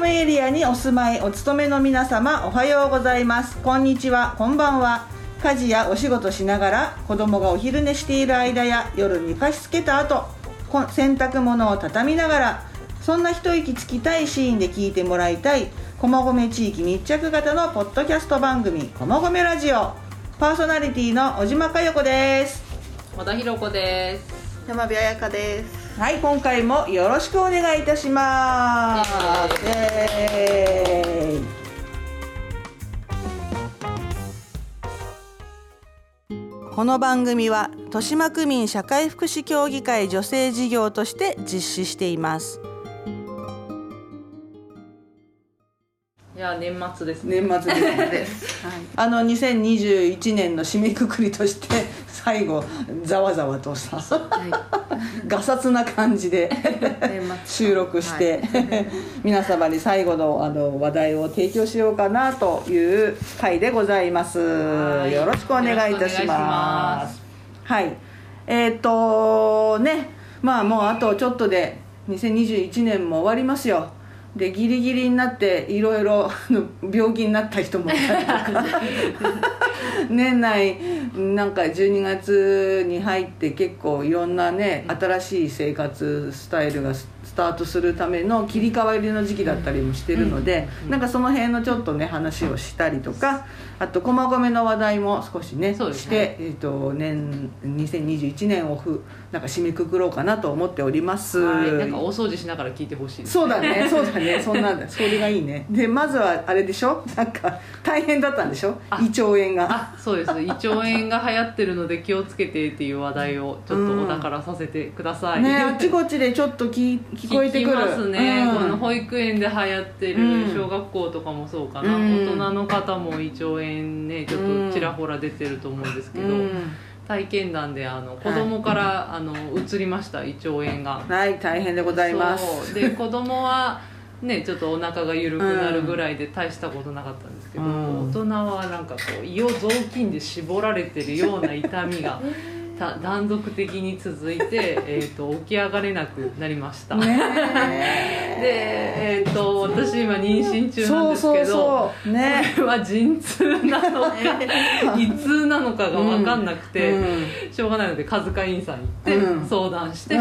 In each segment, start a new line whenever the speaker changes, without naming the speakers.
内エリアにお住まいお勤めの皆様おはようございますこんにちはこんばんは家事やお仕事しながら子供がお昼寝している間や夜寝かしつけた後こ洗濯物を畳みながらそんな一息つきたいシーンで聞いてもらいたい駒込地域密着型のポッドキャスト番組「駒込ラジオ」パーソナリティの小島佳代子です
和田博子です。
山火彩香です。
はい、今回もよろしくお願いいたします。
イ
イエーイこの番組は豊島区民社会福祉協議会女性事業として実施しています。
いや年末ですね。
年末ですね。
です。はい。
あの2021年の締めくくりとして最後ざわざわとさガサツな感じで
年末
収録して、皆様に最後のあの話題を提供しようかなという回でございます
はい
よろしくお願いいたし
よろしくお願いし
ま
ますす
はいえーっとねまあもうあとちょっとで2021年も終わりますよでギリギリになっていろいろあの病気になった人もいたりと か年内なんか12月に入って結構いろんなね新しい生活スタイルがススタートするための切り替わりの時期だったりもしてるので、なんかその辺のちょっとね話をしたりとかあと駒込の話題も少しね
そうです
し
ね
てえー、と年2021年をふなんか締めくくろうかなと思っております、
はい。なんか大掃除しながら聞いてほしいです。
そうだ ねそうだねそんなんだそれがいいねでまずはあれでしょなんか大変だったんでしょ胃腸炎が
あそうです胃腸炎が流行ってるので気をつけてっていう話題をちょっとお宝させてください、
ねあっちこっちでちょっと聞聞こえてくる
聞きますね、
うん
この保育園で流行って
うん
る小学校とかもそうかな、
うん
大人の方も胃腸炎ねちょっとちらほら出てると思うんですけど、
うん
体験談であの子供から、あの移りました胃腸炎が
はい大変でございま
そう
す
で子供はねちょっとお腹が緩くなるぐらいで大したことなかったんですけど、
うん
大人はなんかこう胃を雑巾で絞られてるような痛み がた断続的に続いて、えー、と起き上がれなくなりました、
ね
で、えー、と私今妊娠中なん
そう
ですけ
そ
ど
うそう ね
これは陣痛なの か 胃痛なのかが分かんなくて、
うん
しょうがないので風花院さん行って、
うん
相談して、 で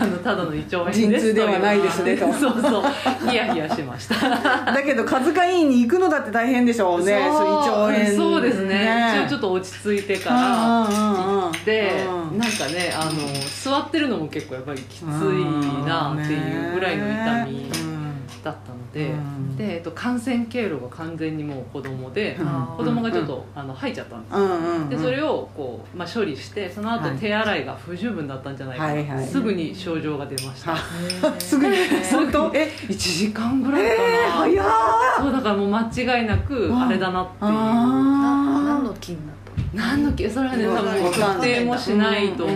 あのただの胃腸炎です
陣痛ではないですね
と
と
う そうそうヒヤヒヤしました
だけど風賀委員に行くのだって大変でしょうね
そう
胃腸炎
そうですね一応ちょっと落ち着いてから
行
でなんかねあの座ってるのも結構やっぱりきついなっていうぐらいの痛みだったので、
うん
で、えっと、感染経路が完全にもう子供で、
うん
子供がちょっと、あの吐いちゃったんですでそれをこう、まあ、処理してその後
はい
手洗いが不十分だったんじゃないかな、
はいはい
すぐに症状が出ました、
は すぐに本当え
1時間ぐらい
えー
かな、
早ー
そうだからもう間違いなく
ん
あれだなってい
あ
う、
ー
何の菌だったの？
何の気それはね多
わかんない
分特定もしないと
うん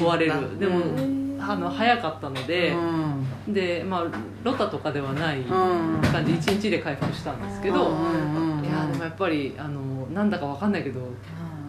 思われる、
うん
でも、
う
あの早かったので、
うん
でまあロタとかではない
ん
感じ1日で回復したんですけ
う
ど、
んうんうん
いやでもやっぱりあのなんだかわかんないけど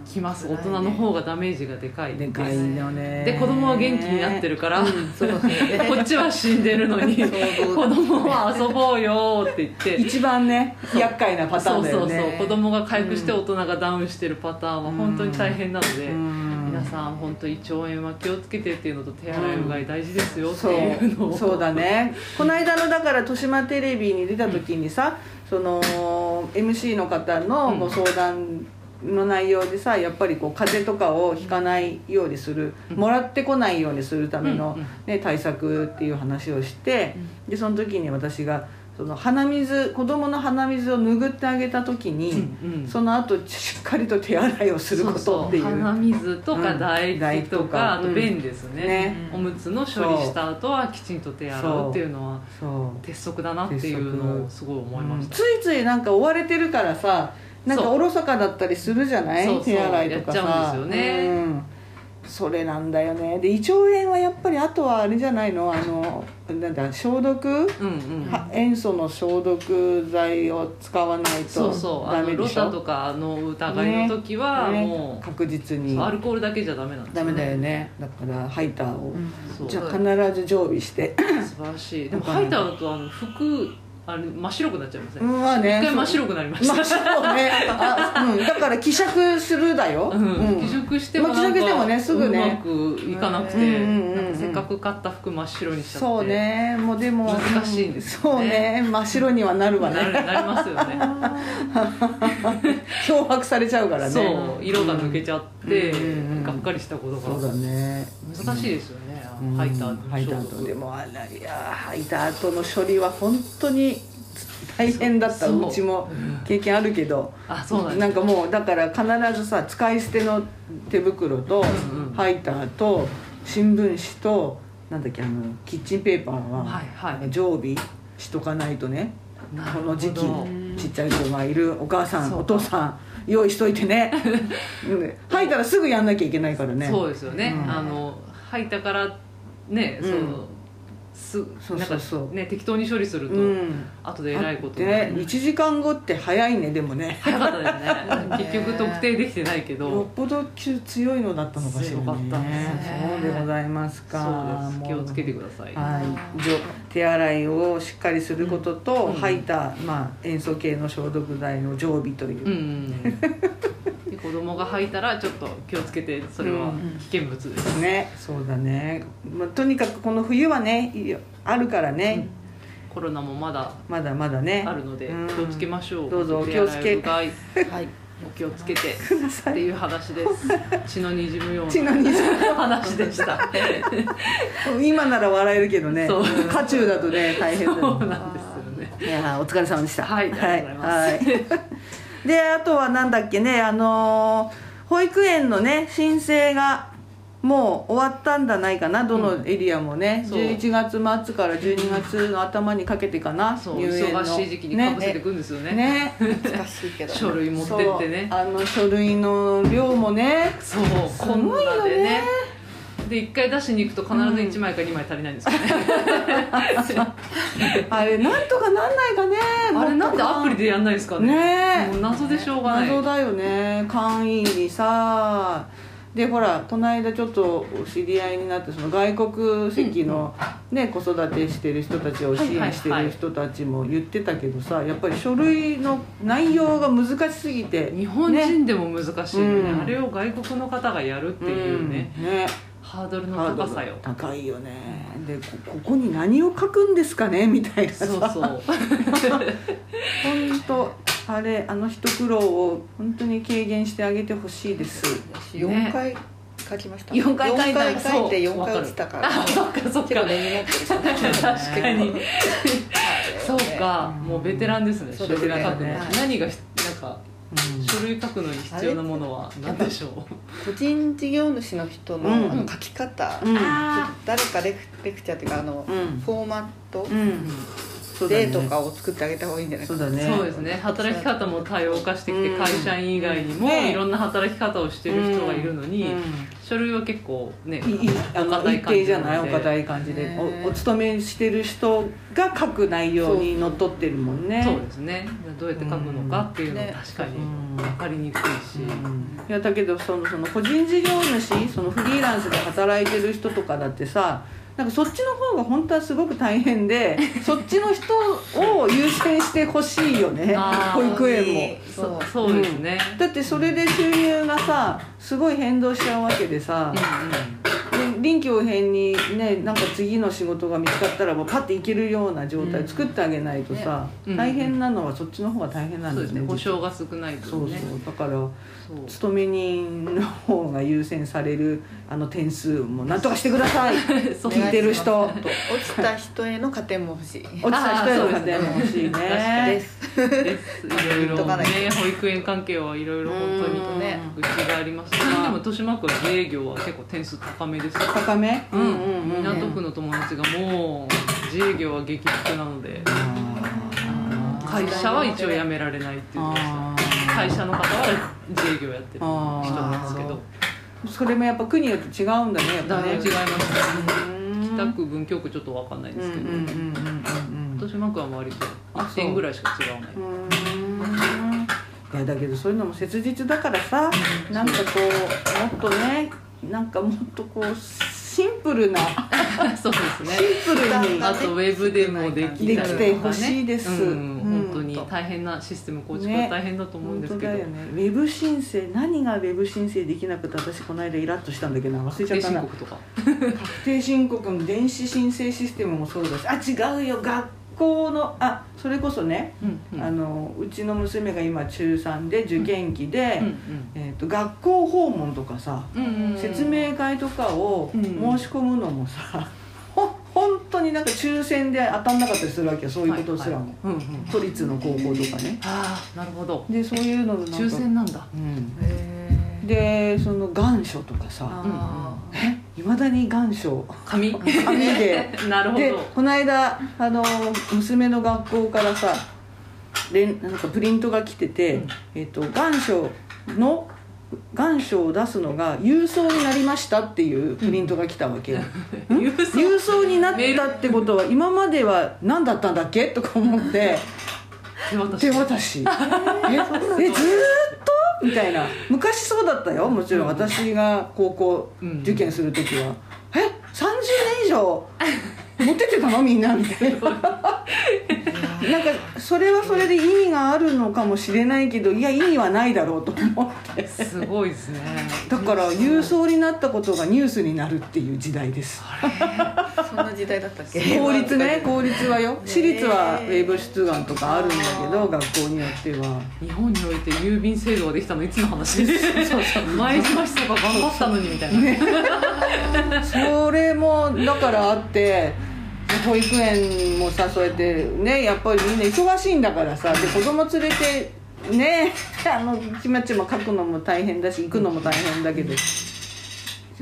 来ます大人の方がダメージがでかい
で
です
かいよね
で子供は元気になってるから、
そうだね。
こっちは死んでるの に子供は遊ぼうよって言って
一番ね厄介なパター
そ
ン
う
だ
そ
よ
うそう
ね
子供が回復して大人がダウンしてるパターンは本当に大変なので、
うん
皆さん本当胃腸炎は気をつけてっていうのと手洗いうがい大事ですよっていうの
そ
を
うそうだねこの間のだから豊島テレビに出た時にさ、その MC の方のご相談の内容でさやっぱりこう風邪とかをひかないようにする、もらってこないようにするための
うんうん、
ね、対策っていう話をして、でその時に私がその鼻水子供の鼻水を拭ってあげた時に、
うんうん
その後しっかりと手洗いをすることっていう。
そうそう鼻水と
う
か
ん
唾液とか、
唾液とか
あと便ですね,、
ね
おむつの処理した後はきちんと手洗うっていうのは
そう
鉄則だなっていうのをすごい思いました、
ついついなんか追われてるからさなんか
そう
おろそかだったりするじゃない
そうそう
手洗いとかさ
やっちゃうんですよね
うんそれなんだよねで胃腸炎はやっぱりあとはあれじゃないのあのなんだ消毒、
うんうん
は塩素の消毒剤を使わない
そう
と
そうあ
ダメ
の
で
ロ
しょ
タとかの疑いの時は
ね
もう、
確実
そ
に
うアルコールだけじゃダメなんです
ダ
よ
メ
ね
だよねだからハイターを、
そう
じゃあ
素
必ず常備して
晴らしいでもハイターだとあの服あれ真っ白くなっちゃいません、
まあ
一
ね
回真っ白くなりました、
真っ白ねあ、うん、だから希釈するだよ、
うん、
うん
帰熟しても
まあ帰
なん
属しても
か
ねすぐね
うまくいかなくて、
うんうんうんうん
なんかせっかく買った服真っ白にしちゃって
そうねもうでも
難しいんです
そ
よ
うね
ね
真っ白にはなる
な
わ
る
ね
なりますよね
漂白されちゃうからね
そう色が抜けちゃって、
うんうんうん
がっかりしたこと
そう
が
だね
難しいですよね、
うん
ハイター
ハイターと
消毒
でもあらいやハイターとの処理は本当に大変だった
そう
うちも経験あるけど
あそうなんです
なんかもうだから必ずさ使い捨ての手袋と
うんうん
ハイターと新聞紙となんだっけあのキッチンペーパー
はいは
は常備しとかないとね
いなる
こ
ほど
の時期
ん
ちっちゃい子がいるお母さん
そう
お父さん用意しといてねうん吐いたらすぐやんなきゃいけないからね
そうですよね、
うん
あの入ったからね、
うん
そのす
そうそうそう
なんかね適当に処理すると、
うん
後でえらいことにな
で
る
1時間後って早いねでもね
早かったですね結局特定できてないけ
よ
ど
っぽど強いのだったのかしらね
強かったですね
そうでございますか
そうです気をつけてください、
もうはいじょ手洗いをしっかりすることと、
うん
吐いた、まあ、塩素系の消毒剤の常備という、
うんうんうん、で子供が吐いたらちょっと気をつけてそれは危険物です、
ねそうだね、まあ、とにかくこの冬はねいいよあるからね、
コロナもまだ
まだまだね
あるので
うん
気をつけましょう、
どうぞお
手
気をつ
洗い
け
うがい
はい
お気をつけてっていう話です血のにじむよう
ちなみに
な話でした
今なら笑えるけどね
そう
渦中だとね大変だ
そ
よ
うなんですよね
いやーお疲れ様でした
はいありがとうございます
はい、であとはなんだっけねあのー保育園のね申請がもう終わったんじゃないかなどのエリアもね、
そう
11月末から12月の頭にかけてかな
そう
入園の
忙しい時期にかぶせてい
ね
くんですよね
ね
難しいけど
書類持ってってね
そうあの書類の量もね
そう
す
こ
ごいよね
んなでねで1回出しに行くと必ず1枚か2枚足りないんですよね、
あれなんとかなんないかね
あれ
も
な
っ
ん
と
でアプリでやんないですかね
ね
もう謎でしょうがない
謎だよね簡易にさでほらこの間ちょっとお知り合いになってその外国籍の、ね子育てしてる人たちを支援してる人たちも言ってたけどさやっぱり書類の内容が難しすぎて
日本人でも難しいよね
ねうん
あれを外国の方がやるっていうね、、
うんね
ハードルの高さよ
高いよねでこここに何を書くんですかねみたいな
そ
さ
う そう
本当あれあの一苦労を本当に軽減してあげてほしいです
私4回書きました
4回書いた
4回書いて4回落ちたから
あ そっかそっ
結
か
構根になってる確
確かにそうか、
うん
もうベテランですね
そ
書
うで
類
す
書く
ね
の、
はい
何がひなんか書類書くのに必要なものは何でしょう
個人事業主の人の,、
うん
あの書き方、
うん
あ
誰かレクレクチャーっていうかあの、
うん
フォーマット、
うんそうだね
例とかを作ってあげた方がいいんじゃないか
そう
な
だね
そうですね働き方も多様化してき
うん
て会社員以外にも
ね
いろんな働き方をしてる人がいるのに書類は結構ね
いいあの
硬い
一
感
定
じ
じ
な
ゃないお
ので
堅い感じで
ね
おお勤めしてる人が書く内容にのっとってるもんね
そうですねどうやって書くのかっていうのは確かに
うん
分かりにくいし、
うんいやだけどそのその個人事業主そのフリーランスで働いてる人とかだってさなんかそっちの方が本当はすごく大変 でそっちの人を優先してほしいよね
あー
保育園も。
そ
そううそうですね、
だってそれで収入がさすごい変動しちゃうわけでさ、で臨機応変にねなんか次の仕事が見つかったらもうパッていけるような状態
うん
作ってあげないとさ、
ね
大変なのはそっちの方が大変
うんう、
なんん
そう
だ
で
よね
すね保証が少ないと
そうそう
ね
だから
そう
勤め人の方が優先されるあの点数もなんとかしてください
そう
聞いてる人
落ちた人への加点も欲しい
落ちた人への加点も欲しい
あー
で
ね
す
ですいろい
言っ
ろ
とか
ね
ないと
保育園関係はいろいろ本当に
うん
ね
うちがありますがでも豊島区は自営業は結構点数高めですよ
高め、
うん
うん
港区の友達がもう自営業は激服なので
あー
会社は一応辞められないって言ってま
あ
し
ー
た会社の方は自営業やってる人なんですけど
それもやっぱ区によって違うんだねやっぱ
だい
ね
ぶ違います
うん
北区文京区ちょっと分かんないですけど
うんうんうんうんうんうん
豊島区は割と
あ
1点ぐらいしか違わない
いやだけどそういうのも切実だからさなんかこうもっとねなんかもっとこうシンプルな
そうですね
シンプルに
あとウェブでもできたりとか、
でき
ね、
てほしいです
うん
うん
本当に大変なシステム構築は大変だと思うん
本
です
当
け
だ
ど、
よねウェブ申請何がウェブ申請できなくて私この間イラッとしたんだけど忘れ
確
ちゃっ
定
た
申
な
告とか
確定申告の電子申請システムもそうだしあ違うよ学校のあそれこそね、
うんうん
あのうちの娘が今中3で受験期で、
うん
えー、と学校訪問とかさ、
うんうんうん
説明会とかを
うん
申し込むのもさ、 ほ本当になんか抽選で当たんなかったりするわけよそういうことすらも、
はいはいうんうん、
都立の高校とかね
ああなるほど
でそういうののなんか
抽選なんだ
うん
へー
でその願書とかさ
あ
いまだに願書
紙
紙で
なるほ
で
ど
この間あの娘の学校からさ連なんかプリントが来てて、
うん
えっと願書の願書を出すのが郵送になりましたっていうプリントが来たわけよ、
郵送
郵送になっ
メ
たってことは今までは何だったんだっけとか思って
手渡し
手渡しええずーっとみたいな昔そうだったよもちろん
うん
私が高校
うん
受験する時は、え30年以上持ってってたのみんなみたいななんかそれはそれで意味があるのかもしれないけどいや意味はないだろうと思って
すごいですね
だから郵送になったことがニュースになるっていう時代です
ーそんな時代だったっ け
公立ね公立はよ
ね
私立はウェーブ出願とかあるんだけど学校によっては
日本において郵便制度ができたのいつの話前島市とか頑張ったのにみたいな、
それもだからあって保育園もさそうやってねやっぱりみんな忙しいんだからさで子供連れてね あのちまちま書くのも大変だし行くのも大変だけど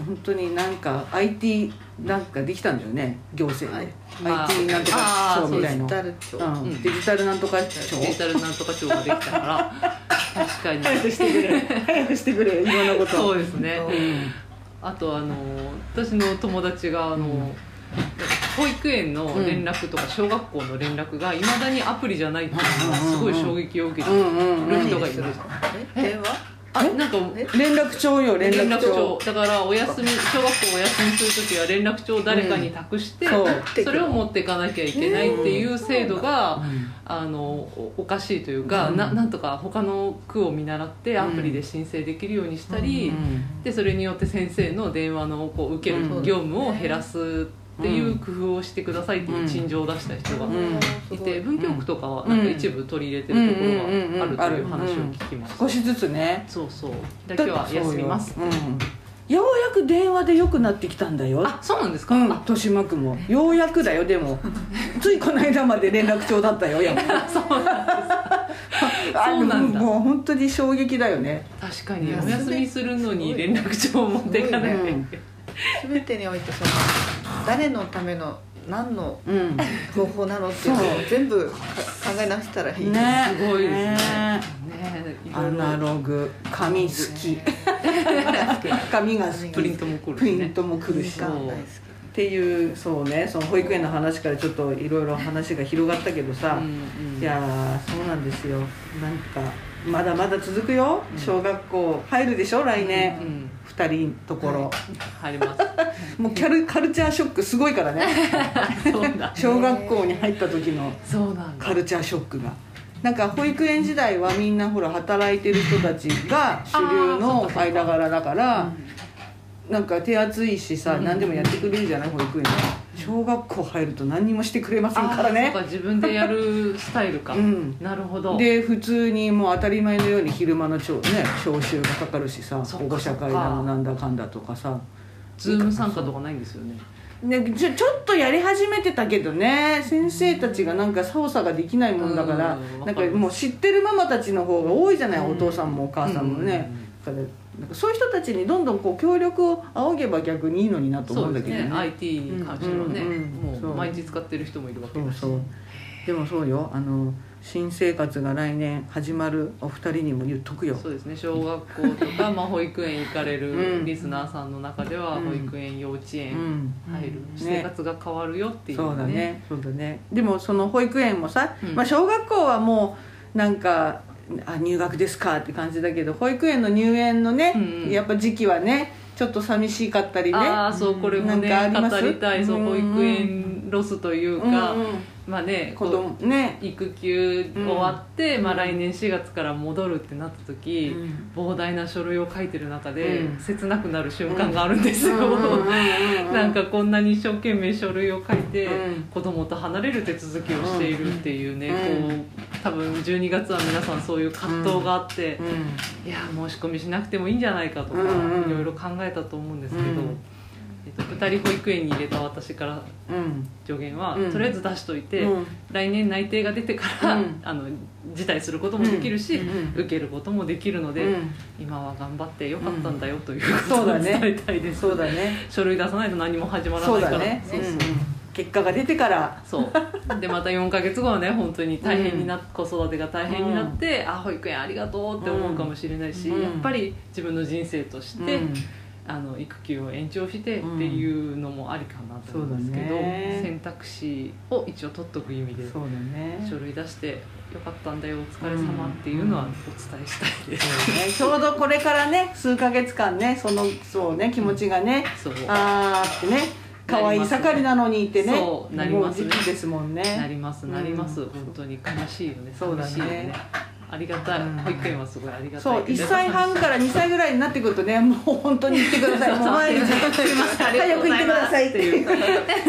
本当になんか IT なんかできたんだよね行政で、
まあ
IT なんとか
あー
そうみたいな
デジタル庁
うん
うん
デジタルなんとか庁
デジタルなんとか庁ができたから確かに
早くしてくれ早くしてくれいろんなこと
そうですね
うん
あとあの私の友達があの、保育園の連絡とか小学校の連絡がいまだにアプリじゃないっていうのがすごい衝撃を受けて
う
る
んうんうん
人がいる
え電話
あなんか
え
連絡帳よ連
連
絡
絡
帳
帳だからお休み小学校お休みする時は連絡帳を誰かに託して、
うん
そう
それを持っていかなきゃいけないっていう制度が、
ん
あのおおかしいというか、ななんとか他の区を見習ってアプリで申請できるようにしたり、でそれによって先生の電話のこう受ける業務を減らすっていう工夫をしてくださいっていう陳情を出した人が
うん
いて、文京区とかは
うん
なんか一部取り入れてるところがあるという話を聞きました、
少しずつね
そうそうで今日は休みます
そうようん、ようやく電話で良くなってきたんだよ
あそうなんですか、
うん
あ
豊島区もようやくだよで もついこの間まで連絡帳だったよやっぱ
そう
あ
そうなんだ
もう本当に衝撃だよね
確かにお休みするのに連絡帳を持っていかない
すごいね
全てにおいてその誰のための何の
うんね
方法なのっていうのを全部か考え直したらいいです
すごいですね
ね
ねい
ア
ろい
ナ
ろ
ログ紙好 き紙が好き
プリントも来る
プ
し
リ
ね
ントも来るし
そう
っていうそうねその保育園の話からちょっといろいろ話が広がったけどさ、
うんうん
いやーそうなんですよなんかまだまだ続くよ、小学校入るでしょ来年、
うんうん
2人ところ、
入ります
もうキャルカルチャーショックすごいからね
そうだ
小学校に入った時の
そうなんだ
カルチャーショックがなんか保育園時代はみんなほら働いてる人たちが主流の間柄だからなんか手厚いしさ、何でもやってくれるじゃない保育園は小学校入ると何にもしてくれません
あ
から
そう
ね
か自分でやるスタイルか、
うん
なるほど
で普通にもう当たり前のように昼間のちょ、ね、招集がかかるしさ
そっ
保
か
護者会だのなんだかんだとかさ、
ズーム参加とかないんですよね
ね、ちょちょっとやり始めてたけどね先生たちがなんか操作ができないもんだから
うん
なんか
わかる
もう知ってるママたちの方が多いじゃないお父さんもお母さんもね。だからなんかそういう人たちにどんどんこう協力を仰げば逆にいいのになと思
そううんで
だ
す
けど
ね
ね
IT に関してはね、
うんうんうん
もう毎日使ってる人もいるわけ
そ
だ
う
し
そうでもそうよあの新生活が来年始まるお二人にも言っとくよ
そうですね小学校とか、まあ、保育園行かれ
うん
るリスナーさんの中では、
うん
保育園幼稚
う
園
ん
入る、
ん
生活が変わるよっていう、
そうだねそうだねでもその保育園もさ、
うん
まあ、小学校はもうなんかあ入学ですかって感じだけど保育園の入園のね、
うんうん
やっぱ時期はねちょっと寂しかったりね
ああそうこれもね
なんかあります
語りたいそう
うん
保育園ロスというか、
うんうん
まあねこ
子
う
供ね
育休終わって、まあ、来年4月から戻るってなった時、膨大な書類を書いてる中で、
うん
切なくなる瞬間があるんですよ、 なんかこんなに一生懸命書類を書いて、
うん
子供と離れる手続きをしているっていうね、
うん
こう多分12月は皆さんそういう葛藤があって、いや申し込みしなくてもいいんじゃないかとか、
うんうん
いろいろ考えたと思うんですけど、
うん
えっと、2人保育園に入れた私から
うんうん
助言は、
うん
とりあえず出しといて、
うん
来年内定が出てから、
うん
あの辞退することもできるし、
うんうん
受けることもできるので、
うん
今は頑張ってよかったんだよというこ
そう
とを
だ
伝
ね
えたいです、
そうだね
書類出さないと何も始まらな
そ
いうか
だ
ら
ね
そう
う
そうん
結果が出てから
そうでまた4か月後はね本当に大変になっ、子育てが大変になって、あ保育園ありがとうって思うかもしれないし、
うん
やっぱり自分の人生として、
うん
あの育休を延長してっていうのもありかなと思うんですけど、
そうだね
選択肢を一応取っとく意味で
そうだね
書類出して「よかったんだよお疲れ様っていうのはお伝えしたいです、
ねちょうどこれからね数ヶ月間ねそのそうね気持ちがね
そう
あーってね可愛い盛りなのにってね
そうなりますね
もう時期ですもん
な
ね
りますなります、
うん
本当に悲しいよね
そうだ
寂
ね
しいよねありがたい、
うん
保育園はすごいありがたい
そう
け
1
ど
歳半から2歳ぐらいになってくるとねもう本当に行ってくださいもう毎日行ってます早く行ってくださいっていう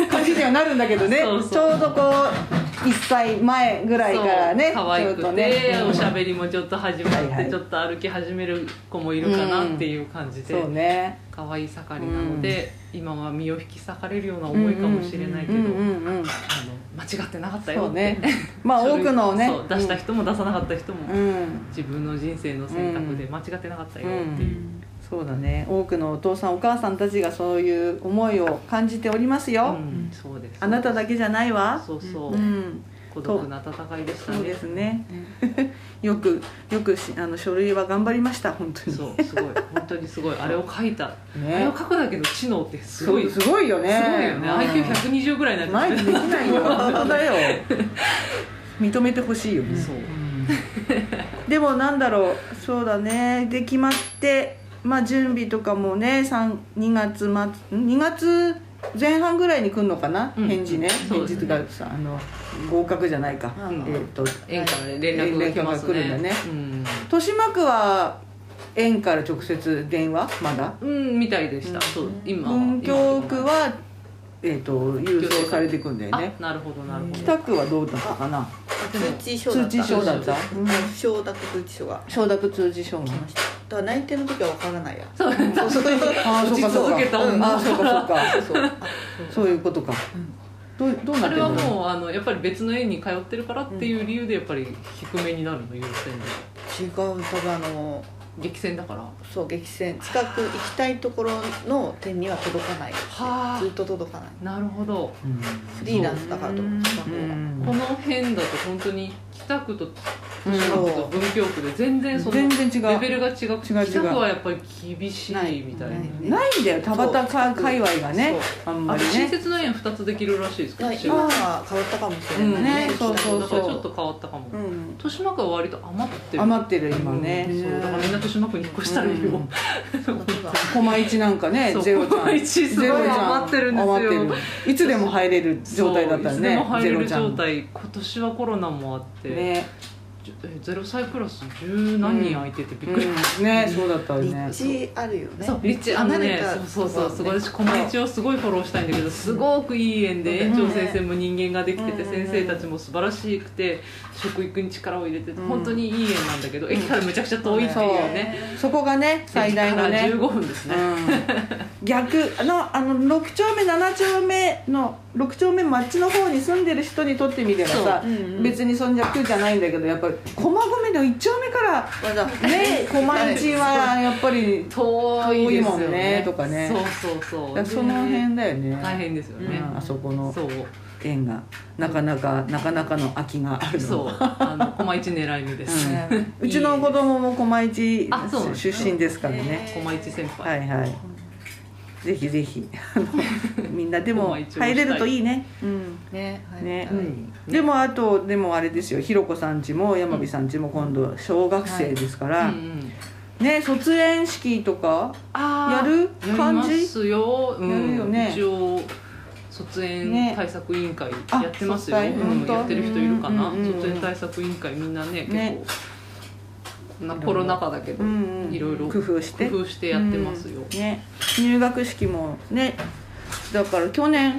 感じにはなるんだけどね
そうそう
ちょうどこう1歳前ぐらいからね
そう可愛く
ち
て
ょっとねうん
おしゃべりもちょっと始まって、
はいはい
ちょっと歩き始める子もいるかなっていう感じで、
そうね
可愛い盛りなので、今は身を引き裂かれるような思いかもしれないけど、
うんうんうん
あの間違ってなかったよ
そ
っ
う
て、
ね まあ
書
多
類
くのね
そう出した人も出さなかった人も、
うん
自分の人生の選択で間違ってなかったよっていう、
そうだね多くのお父さんお母さんたちがそういう思いを感じております
うん
よ、
そうです
あなただけじゃないわ
そうそう、
うん
孤独な戦いでしたね
そうですねよくよくしあの書類は頑張りました本当に
そうすごい本当にすごいあれを書いた、
ね
あれを書くだけの知能ってすごい
そうすごいよね
すごいよね
うん
IQ120 ぐらいになっ
毎
て
日
る
できないよ本当だよ認めてほしいよね
そう
でもなんだろうそうだねで決まってまあ準備とかもね3 2月末ん2月前半ぐらいに来るのかな、
うん
返事ね
そう
返
です
事
ね
とかさあの合格じゃないか、
うん
えっと
園から連絡が来ますね
連絡が来るんだね
うん
豊島区は園から直接電話まだ
うん、みたいでした、そう今は
文京区は、えっと郵送されていくんだよね
あなるほどなるほど
北区はどうだったかな
通知書だった
通知書だった
うん承諾通知書が
承諾通知書が
来ましただから内定の時は分からないや
そう
そうそう
ああそうかそう
打ち続けた
か、
女
うんああそうかそうか
そう
そういうことか、どうどうな
あ
って
れ
る
は
の
もうあのやっぱり別の園に通ってるからっていう理由でやっぱり低めになるの優先で
違う多分あの
激戦だからは
そう激戦近く行きたいところの点には届かないずっと届かない
なるほど
うん
フリーランスだからと思った方が
この辺だと本当に北区と
うん
豊島区と文京区で全然その
全然違う
レベルが違くて
違う違う
北区はやっぱり厳しいみたいな
ないない
ないんだよ田畑か
そう
界隈がねあんま
あ
り
れ新
ね
設の園2つできるらしいですけど
だから
違
今
う
は変わったかもしれ
うん
ない
ねそうそう
だからちょっと変わったかも
うん
豊島区は割と余ってる
余ってる今ね
うんそうだからみんな豊島区に引っ越したらいいよ、
うん
そうだ
駒市なんかね
そう
ゼロちゃ
駒
ん
一すごい
ゼロちゃ
余ってるんですよ
余ってるいつでも入れる状態だったら
そういつで
ね
も入
ゼ
れ
ロ
る
ちゃ
状
ん
態今年はコロナもあって、
ね
じゅえ0歳クラス十何人空いててびっくり、
うんねそうだったよね
立地あるよね
そう立地あの
離れ
ね
た
そうそうそうす
と
ご
こ
い
ろね
私この一をすごいフォローしたいんだけどすごくいい園で園長先生も人間ができてて
うん
先生たちも素晴らしくて食育に力を入れてて
うん
本当にいい園なんだけど駅からめちゃくちゃ遠いっていうね
そこがね最大のね
駅から15分ですね
うん逆のあの6丁目7丁目の6丁目町の方に住んでる人にとってみればさ、
そううんうん
別にそんじゃ苦じゃないんだけどやっぱり駒込の1丁目から
わざわ ざ
ね駒市はやっぱり
遠いですよ
遠いもんねとかね
そうそうそう
だからその辺だよね
大変ですよね、
うんあそこの
そう
縁がなかなかなかなかの空きがあるの
そうあの駒一狙い目です、
うん
ね
うちの子供も駒市
あそうなんですね
出身ですからね
駒一先輩、
はいはい。ぜひぜひ、あのみんなで
ま
も
あ一応
入れるといいね。うん。
ね
ね
はい
うん
でもあとでもあれですよ、ひろこさんちも山火さんちも今度小学生ですから、
うん
ね卒園式とか
あー
やる
やり
感
ま
じ
すよ、うん、
やるよね
一応卒園
ね
対策委員会
あ
やってますよ、
そうだよ
うん
本当
やってる人いるかな、
うんうんうんうん
卒園対策委員会みんなね結構
ね
なコロナ禍だけど、
うんうん
いろいろ
工夫して
工夫してやってますよ、
ね入学式もねだから去年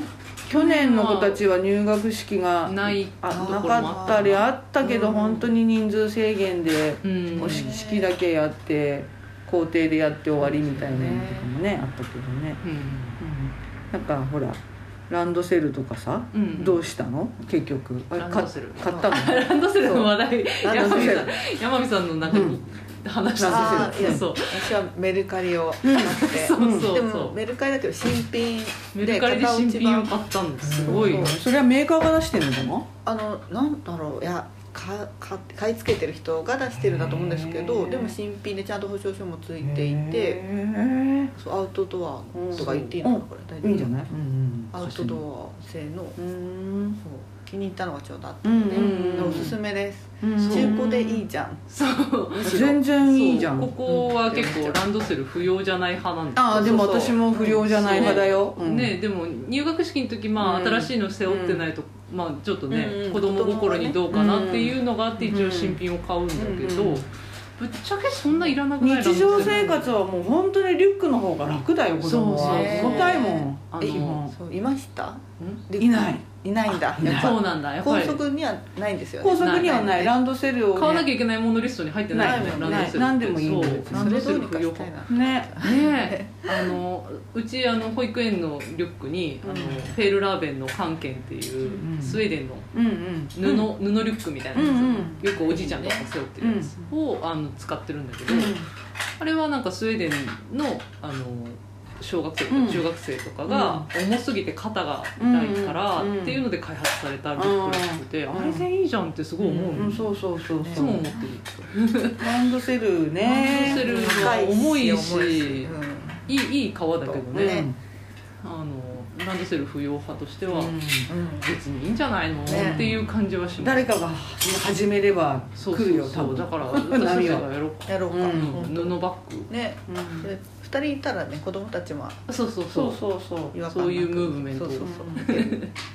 去年の子たちは入学式が
ない
あ
ところ
な
もあ
か
っ
ったたり
な
あったけど、
うん
本当に人数制限で、
うん
お式式だけやって校庭でやって終わりみたいなのとかもねあったけどね、
うん
うん、なんかほらランドセルとかさ、
うん
どうしたの結局あれ
ラン
か
ドセル
買 ったの
ランドセルの話題
そう
山美
ラ
さ
ンド
ん山美さんの中に話して
ラ
た
ンド
セル
そうそう
私はメルカリを買って、
そう
うん
そう
で
そ
も
う
メルカリだけど新品
メルカリで新品を買ったんですすごい
うん
それはメーカーが出してるのかな
あのなんだろういやかか買い付けてる人が出してるんだと思うんですけ
へ
ど
ー
でも新品でちゃんと保証書もついていて
へー
そうアウトドアとか言っていいのかなこれ大丈夫
いいんじゃない、うん
アウトドア製の
う
そうん気に入ったのがちょうどあったので、
うん
うんうん
おすすめです
うん
そう
中古でいいじゃん
そう
むしろ
全然いいじゃん
そうここは結構ランドセル不要じゃない派なんです
ああでも私も不良じゃない派だよ、うん
ね、でも入学式の時、まあ
うん
新しいの背負ってないと、まあ、ちょっとね、
うんうん
子供心にどうかなっていうのがあって
うん
一応新品を買うんだけど、
うんうん
ぶっちゃけそんないらなくない
日常生活はもう本当にリュックの方が楽だよ子供は
そうそうそう
重たいもん
あ
え
の
そういました
いない
いないんだ
いない
やっぱ
そうなんだやっぱ
高
り
速にはないんですよね
高速にはない
ない
ランドセルを、ね、
買わなきゃいけないものリストに入ってないのよ
ない
ラン
ない何で
ドセルって
もいいんだよ
そう
それどうに
ランド
か
セル不要
したいな
ね
ねえあのうちあの保育園のリュックにあの、
うん
ペールラーベンのカンケンっていう、
うん
スウェーデンの
うんうん
布,、布リュックみたいなやつ、
うん
よくおじいちゃんが背負ってるやつを、あの使ってるんだけど、あれはなんかスウェーデンのあの小学生と
うん
か中学生とかが、重すぎて肩が痛いから、
うん
っていうので開発されたリュックらしくて、
うん
あれでいいじゃんってすごい思う
う
の、
ん、う
い
ん、そうそうそう
つ
そう、
も思ってる、
ランドセルね
ランドセル
うん
は重いし
重うん
いいいい革だけどね
ね
あのランドセル不要派としては、
うん
うん
別にいいんじゃないの、
ね
っていう感じはします
誰かが始めれば
そうそ
来るよ
う
多
そう
分
だから私たちが
波は
やろうか、
やろうか、
うん
うん、
本当
布バッグ
ね
うん
で二人いたらね子供たちも
そうそうそ
そううそうそう
違和感なく
そういうムーブメントを
そうそうそう
い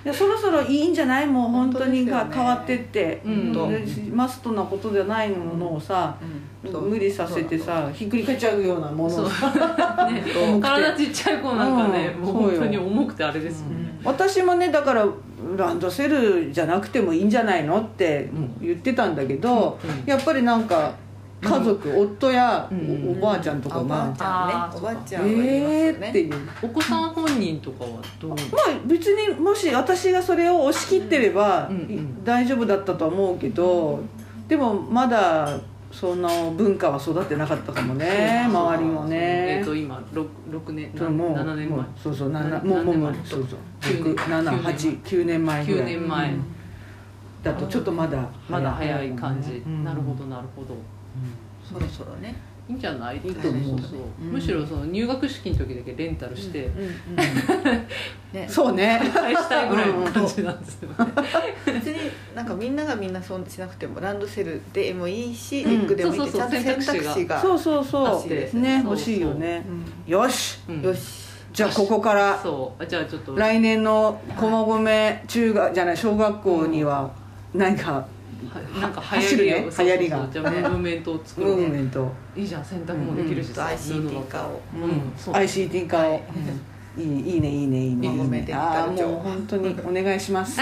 やそろそろいいんじゃないもう本当にが
本当ですよね
変わってって、
うん
でマストなことじゃないものをさ、
うんそう
無理させてさひっくり返っちゃうようなものをさ
ね
重くて
体ちっちゃい子なんかね、
うん
もう本当に重くてあれですもんね、
私もねだからランドセルじゃなくてもいいんじゃないのって
うん
言ってたんだけど、
うん
やっぱりなんか家族、夫やお,、
うん
ばあちゃんと
あ
か
おばあ
が
ちゃん
あー
ねおばあちゃんは言いますよ
えー
ね、
っていうま
お子さん本人とかはどう
あ別にもし私がそれを押し切ってれば、
うんうん
大丈夫だったとは思うけど、でもまだその文化は育ってなかったかもね周りもね。
えっ、と今 6, 六年
それもう
7年
も
前
うそうそう7
な
もうもうもう
何年前
そうそう
九年
679年前ぐ
9
らい
年前、
うん
だとちょっとまだ
まだ早い感じ、
うん
なるほどなるほど
そろそろね、
いいんじゃない
いいと思う
そうそう
うん
むしろその入学式の時だけレンタルして、
うんうんね、
そうね
返したいぐらいの感じなんですよね。
別になんかみんながみんなそうしなくてもランドセルでもいいし、
うん
リュックでもいい
そう
し
そう
ちゃんと
そう
選択肢が
選択
そうそうそ
欲しいです
う
ね
ね
そうそう
欲しいよね
うん
よし
うん
よし
じゃあここから
そうあじゃあちょっと
来年の駒込中学じゃない小学校には何か
はなんか
走
流行
る
り
ね
をそうそうそう
流行りが
じゃあムーブメントを作
ム
ろう、
ーブメント
いいじゃん洗濯もできるし
ちょっと
さ、布だ
ICT
から
化を
うんそう
ICT 化をいいいいねいいねいいねいい
孫め
ね
で
ああ
たる情
もう本当にお願いします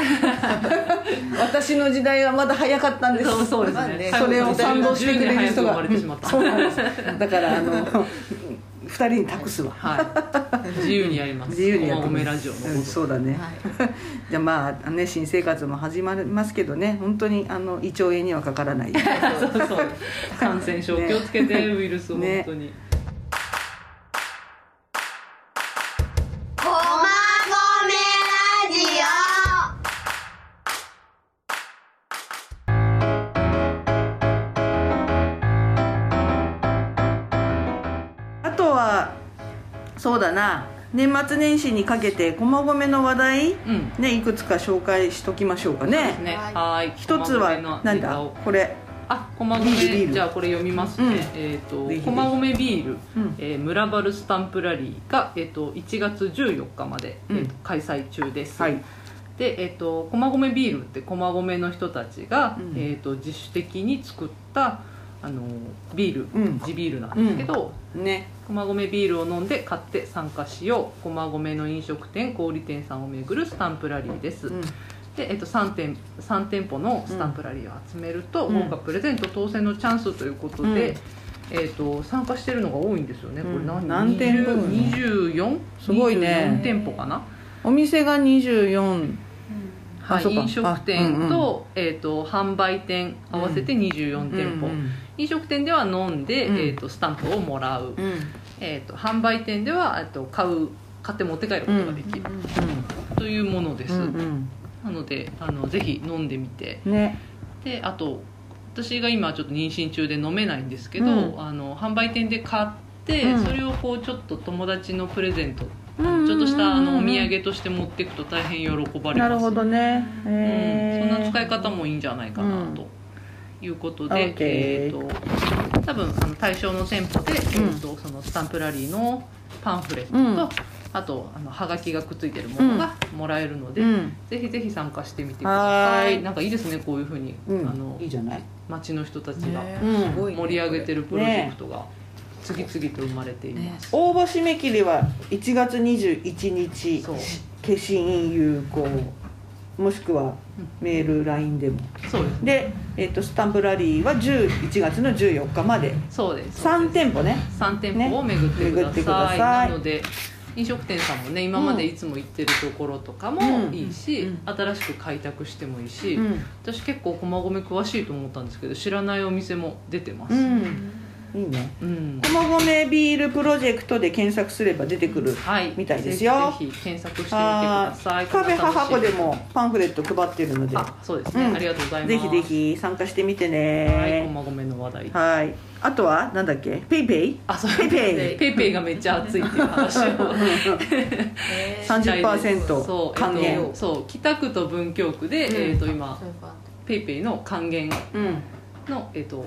私の時代はまだ早かったんです
そうそうですね,、
まあね
それを賛同してくれる人が
生まれてしまっ
うん
た、
そうなんですだからあの二人に託すわ
はい自由にやります
自由にやって
お
ます
めラジオのこと、
うんそうだね、
はい
じゃあまあね新生活も始まりますけどね本当にあの胃腸炎にはかから ないように
そうそう感染症
ね
気をつけてウイルスを本
ね
当に、
ごまごめラジオ
あとはそうだな年末年始にかけて駒込の話題
うん
ねいくつか紹介しときましょうかね
ね
はい
はい
一つ
ごま
は
ごめの
なん
ネタ
だ
を
これ
あ、駒
ビールビー
込
ル
じゃあこれ読みます
うん
ね。
ぜひぜ
えっ、と
ひ
駒込ビール、
うん
えー、村バルスタンプラリーがえっ、と1月14日まで、
うん
えーと開催中です。
はい
でえっ、と駒込ビールって駒込の人たちが、
うん
えっ、と自主的に作ったあのビール、
うん
地ビールなんですけど。
ね
駒込ビールを飲んで買って参加しよう駒込の飲食店小売店さんを巡るスタンプラリーです、
うん
で、えっと、3, 店3店舗のスタンプラリーを集めると、
うん
豪華プレゼント当選のチャンスということで、
うん
えっと、参加してるのが多いんですよねこれ何,、
うん何店舗
24?
すごいね
24店舗かな、
お店が24あ
はい、
そうか
飲食店と,、えっと販売店合わせて24店舗、
うん
飲食店では飲んで、
うん
えっとスタンプをもらう、
うんうん
えー、と販売店ではえーと買う買って持って帰ることができる、というものです、
うん
なのであのぜひ飲んでみて
うんね
であと私が今ちょっと妊娠中で飲めないんですけど、
う
あの販売店で買って、
うん
それをこうちょっと友達のプレゼント、
うん
ちょっとしたあのお土産として持っていくと大変喜ばれます
なるほどね
うん
へー
そんな使い方もいいんじゃないかなということで、
OK
えー、と多分あの対象の店舗で、えー、とそのスタンプラリーのパンフレットと、
うん
あとあのはがきがくっついてるものがもらえるので、
うん
ぜひぜひ参加してみてくださ
はいーい
なんかいいですねこういうふうに、
うん
あの
いいじゃない
町の人たちが
ね
うん
すごいね
盛り上げてるプロジェクトが次々と生まれています、
ね
応募締め切りは1月21日
そう
消印有効もしくはメール LINE でも
そうです
で、えっとスタンプラリーは11月の14日まで
そうです
3店舗ね
3店舗を巡って
ね
ください,、
巡ってください
なので飲食店さんもね今までいつも行ってるところとか
う
も
ん
いいし、
うん
新しく開拓してもいいし、
うん、
私結構駒込詳しいと思ったんですけど知らないお店も出てます、
うん、いいね
うん
駒込ビールプロジェクトで検索すれば出てくる
はい
みたいですよ
ぜひぜひ検索してみてくだ
あ
さい
ーカフェ母子で
楽しい
もパンフレット配ってるので
あそうですね、
うん
ありがとうございます
ぜひぜひ参加してみて
はい
ね
駒込の話題
はいあとはなんだっけペイペイ
あそう
ペイペイ
ペイペイがめっちゃ熱いっていう話を
え
三
そ
30%
う
還
えっ
元
とそう北区と文京区で、えっと今ペイペイの還元
うん
の、えっと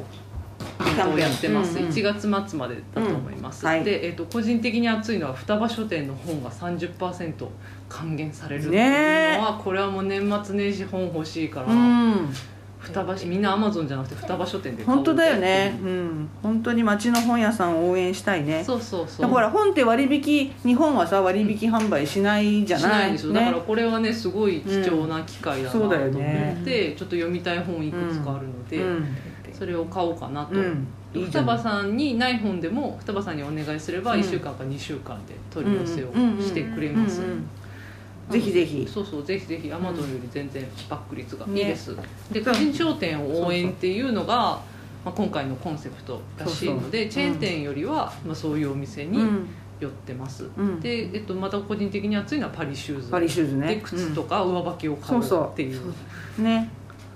キャンペーン
をやってます、
うんうん
1月末までだと思います、
うんはい
で、えっと個人的に熱いのは双葉書店の本が30%還元されるって
ね
いう
え
のは、これはもう年末年始本欲しいから、
うん
双葉みんなアマゾンじゃなくて双葉書店で買おう
本当だよ
って
ね
いう
う、ん本当に町の本屋さんを応援したいね
そうそうそう
ほら本って割引日本はさ割引販売しないじゃ
し
な
ない
い
んですよ、だから
ね
これはねすごい貴重な機会だなと
う
思
ん
っ
そう
て、
だよね
ちょっと読みたい本いくつかあるので、
うん
それを買おうかなと、
うんいいじ
双
ゃない
葉さんにない本でも双葉さんにお願いすれば
うん
1週間か2週間で取り寄せを
うんうん
してくれます、
うんうんぜひぜひ
そうそうぜひぜひアマゾンより全然バック率がいい
ね
です、で個人商店を応援っていうのがまあ、今回のコンセプトらしいので
そうそう
チェーン店よりは、まあ、そういうお店
う
に
ん
寄ってます、
うん
で、えっと、また個人的に熱いのはパリシューズ
パリシューズね
で靴とか上履きを買おうっていう
うんね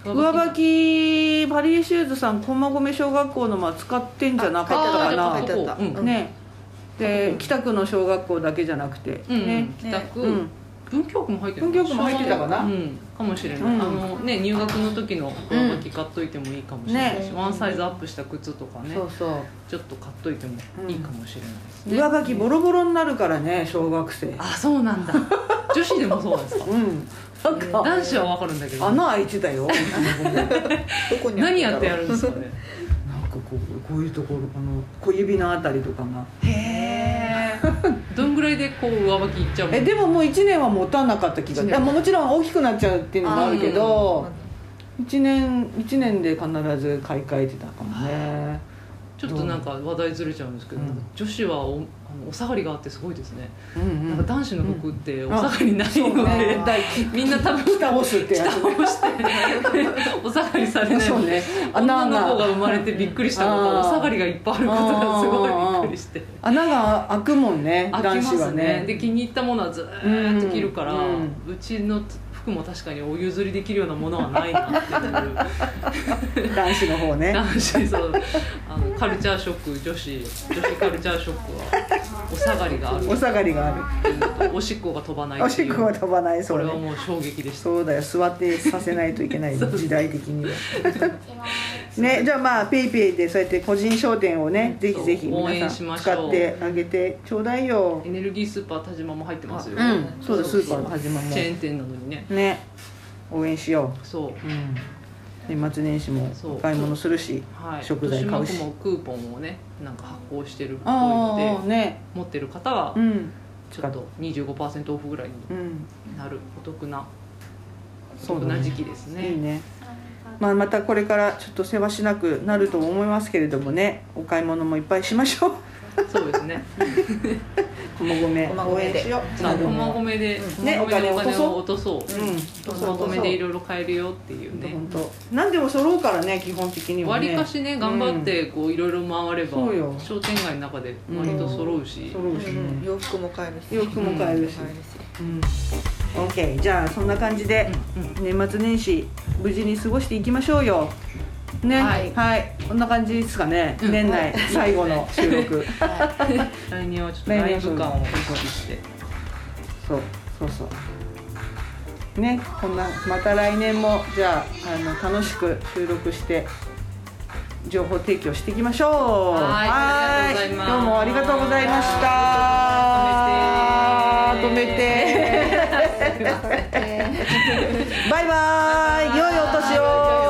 上
き
履きパリシューズさん駒込小学校のまあ使ってんじゃなかったか
あ書いて
な
あったうん
ねで北区の小学校だけじゃなくて
うん、
ね
帰宅、
うん
文京区も入ってるの
文京区も入ってたかな
うん、かもしれない、
うん
あのね入学の時の上履き買っといてもいいかもしれないし、
ね
ワンサイズアップした靴とかね
そうそう
ちょっと買っといてもいいかもしれないですね、
上履きボロボロになるからね小学生
あそうな んだ女子でもそうなんですか
うんなんか
男子はわかるんだけど
穴開いてた よなんか
どこにあ
何
んだ
や
ろ
っ
う
てやるんですかね
こうこういうところこの小指のあたりとかが
へえどんぐらいでこう上履きいっちゃうの
えでももう1年は持たなかった気が
一
い
年
やもうもちろん大きくなっちゃうっていうのもあるけど1年1年で必ず買い替えてたかもね
ちょっとなんか話題ずれちゃうんですけど、
うん
なんか女子はおあのお下がりがあってすごいですね、
うんうん
なんか男子の服ってお下がりない
そう
ので、
ね大き
みんな多分
北オスってやつね
倒して お下がりされない
そうね
女
穴
の子が
が
生まれてびっくりしたのが
あー
お下がりがいっぱいあることがすごいびっくりして
穴が開くもんね
飽き
男
ま
子は
すね
ね
で気に入ったものはずーっと着るから、う
うん
ちの服も確かにお譲りできるようなものはないなっていう
男子の方ね
男子そうあのカルチャーショック女子女子カルチャーショックはお下がりがある
お下がりがあ
おしっこが飛ばない
るお
って
し
い
っ
う
こは飛ばないそ
これ
う
は
ね
もう衝撃でした
そうだよ座ってさせないといけない時代的にはね、じゃあまあペイペイでそうやって個人商店をね、ぜひぜひ
そう応援
皆
し
さん
まし
使
ょう
ってあげてちょうだいよ
エ。ネルギースーパー田島も入ってますよ、
うん、そうだスーパーの始まり
チェーン店なのにね
もね、応援しよ
そ
う。
う
うん、年末年始も
そう
お買い物するし、
はい、
食材買うし
豊島区もクーポンをねなんか発行してるっぽい
あ
の
あ
で、
ね、
持ってる方は
うん、
ちょっと25%オフぐらい
う
に
ん、
なるお得なお
そう
得
だ
な
ね
時期ですね
いいね。まあまたこれからちょっと世話しなくなると思いますけれどもね、お買い物もいっぱいしましょ う。
そうですね
駒込
駒
応
込
援
で
しよう。
あ駒込で
うん
駒込でお
ねお金を落と
金
そう
を落とそう
うん、
駒込でいろいろ買えるよっていうね
本当。何でも揃うからね、基本的には
割
ね。
かしね頑張ってこういろいろ回れば
そうよ
商店街の中で割と揃うし
揃うしね。
洋服も買えるし
洋服も買えるし、
買えるし
うん、OK じゃあそんな感じで、年末年始無事に過ごしていきましょうよねは、
はいい
こんな感じですかね、
うん
年内最後の収録
来年はちょっとライブ感を意識して
そうそうそうねこんなまた来年もじゃああの楽しく収録して情報提供していきましょう
はいありがとうございます
はどうもありがとうございました
止めて
止めてバイバイ良いお年を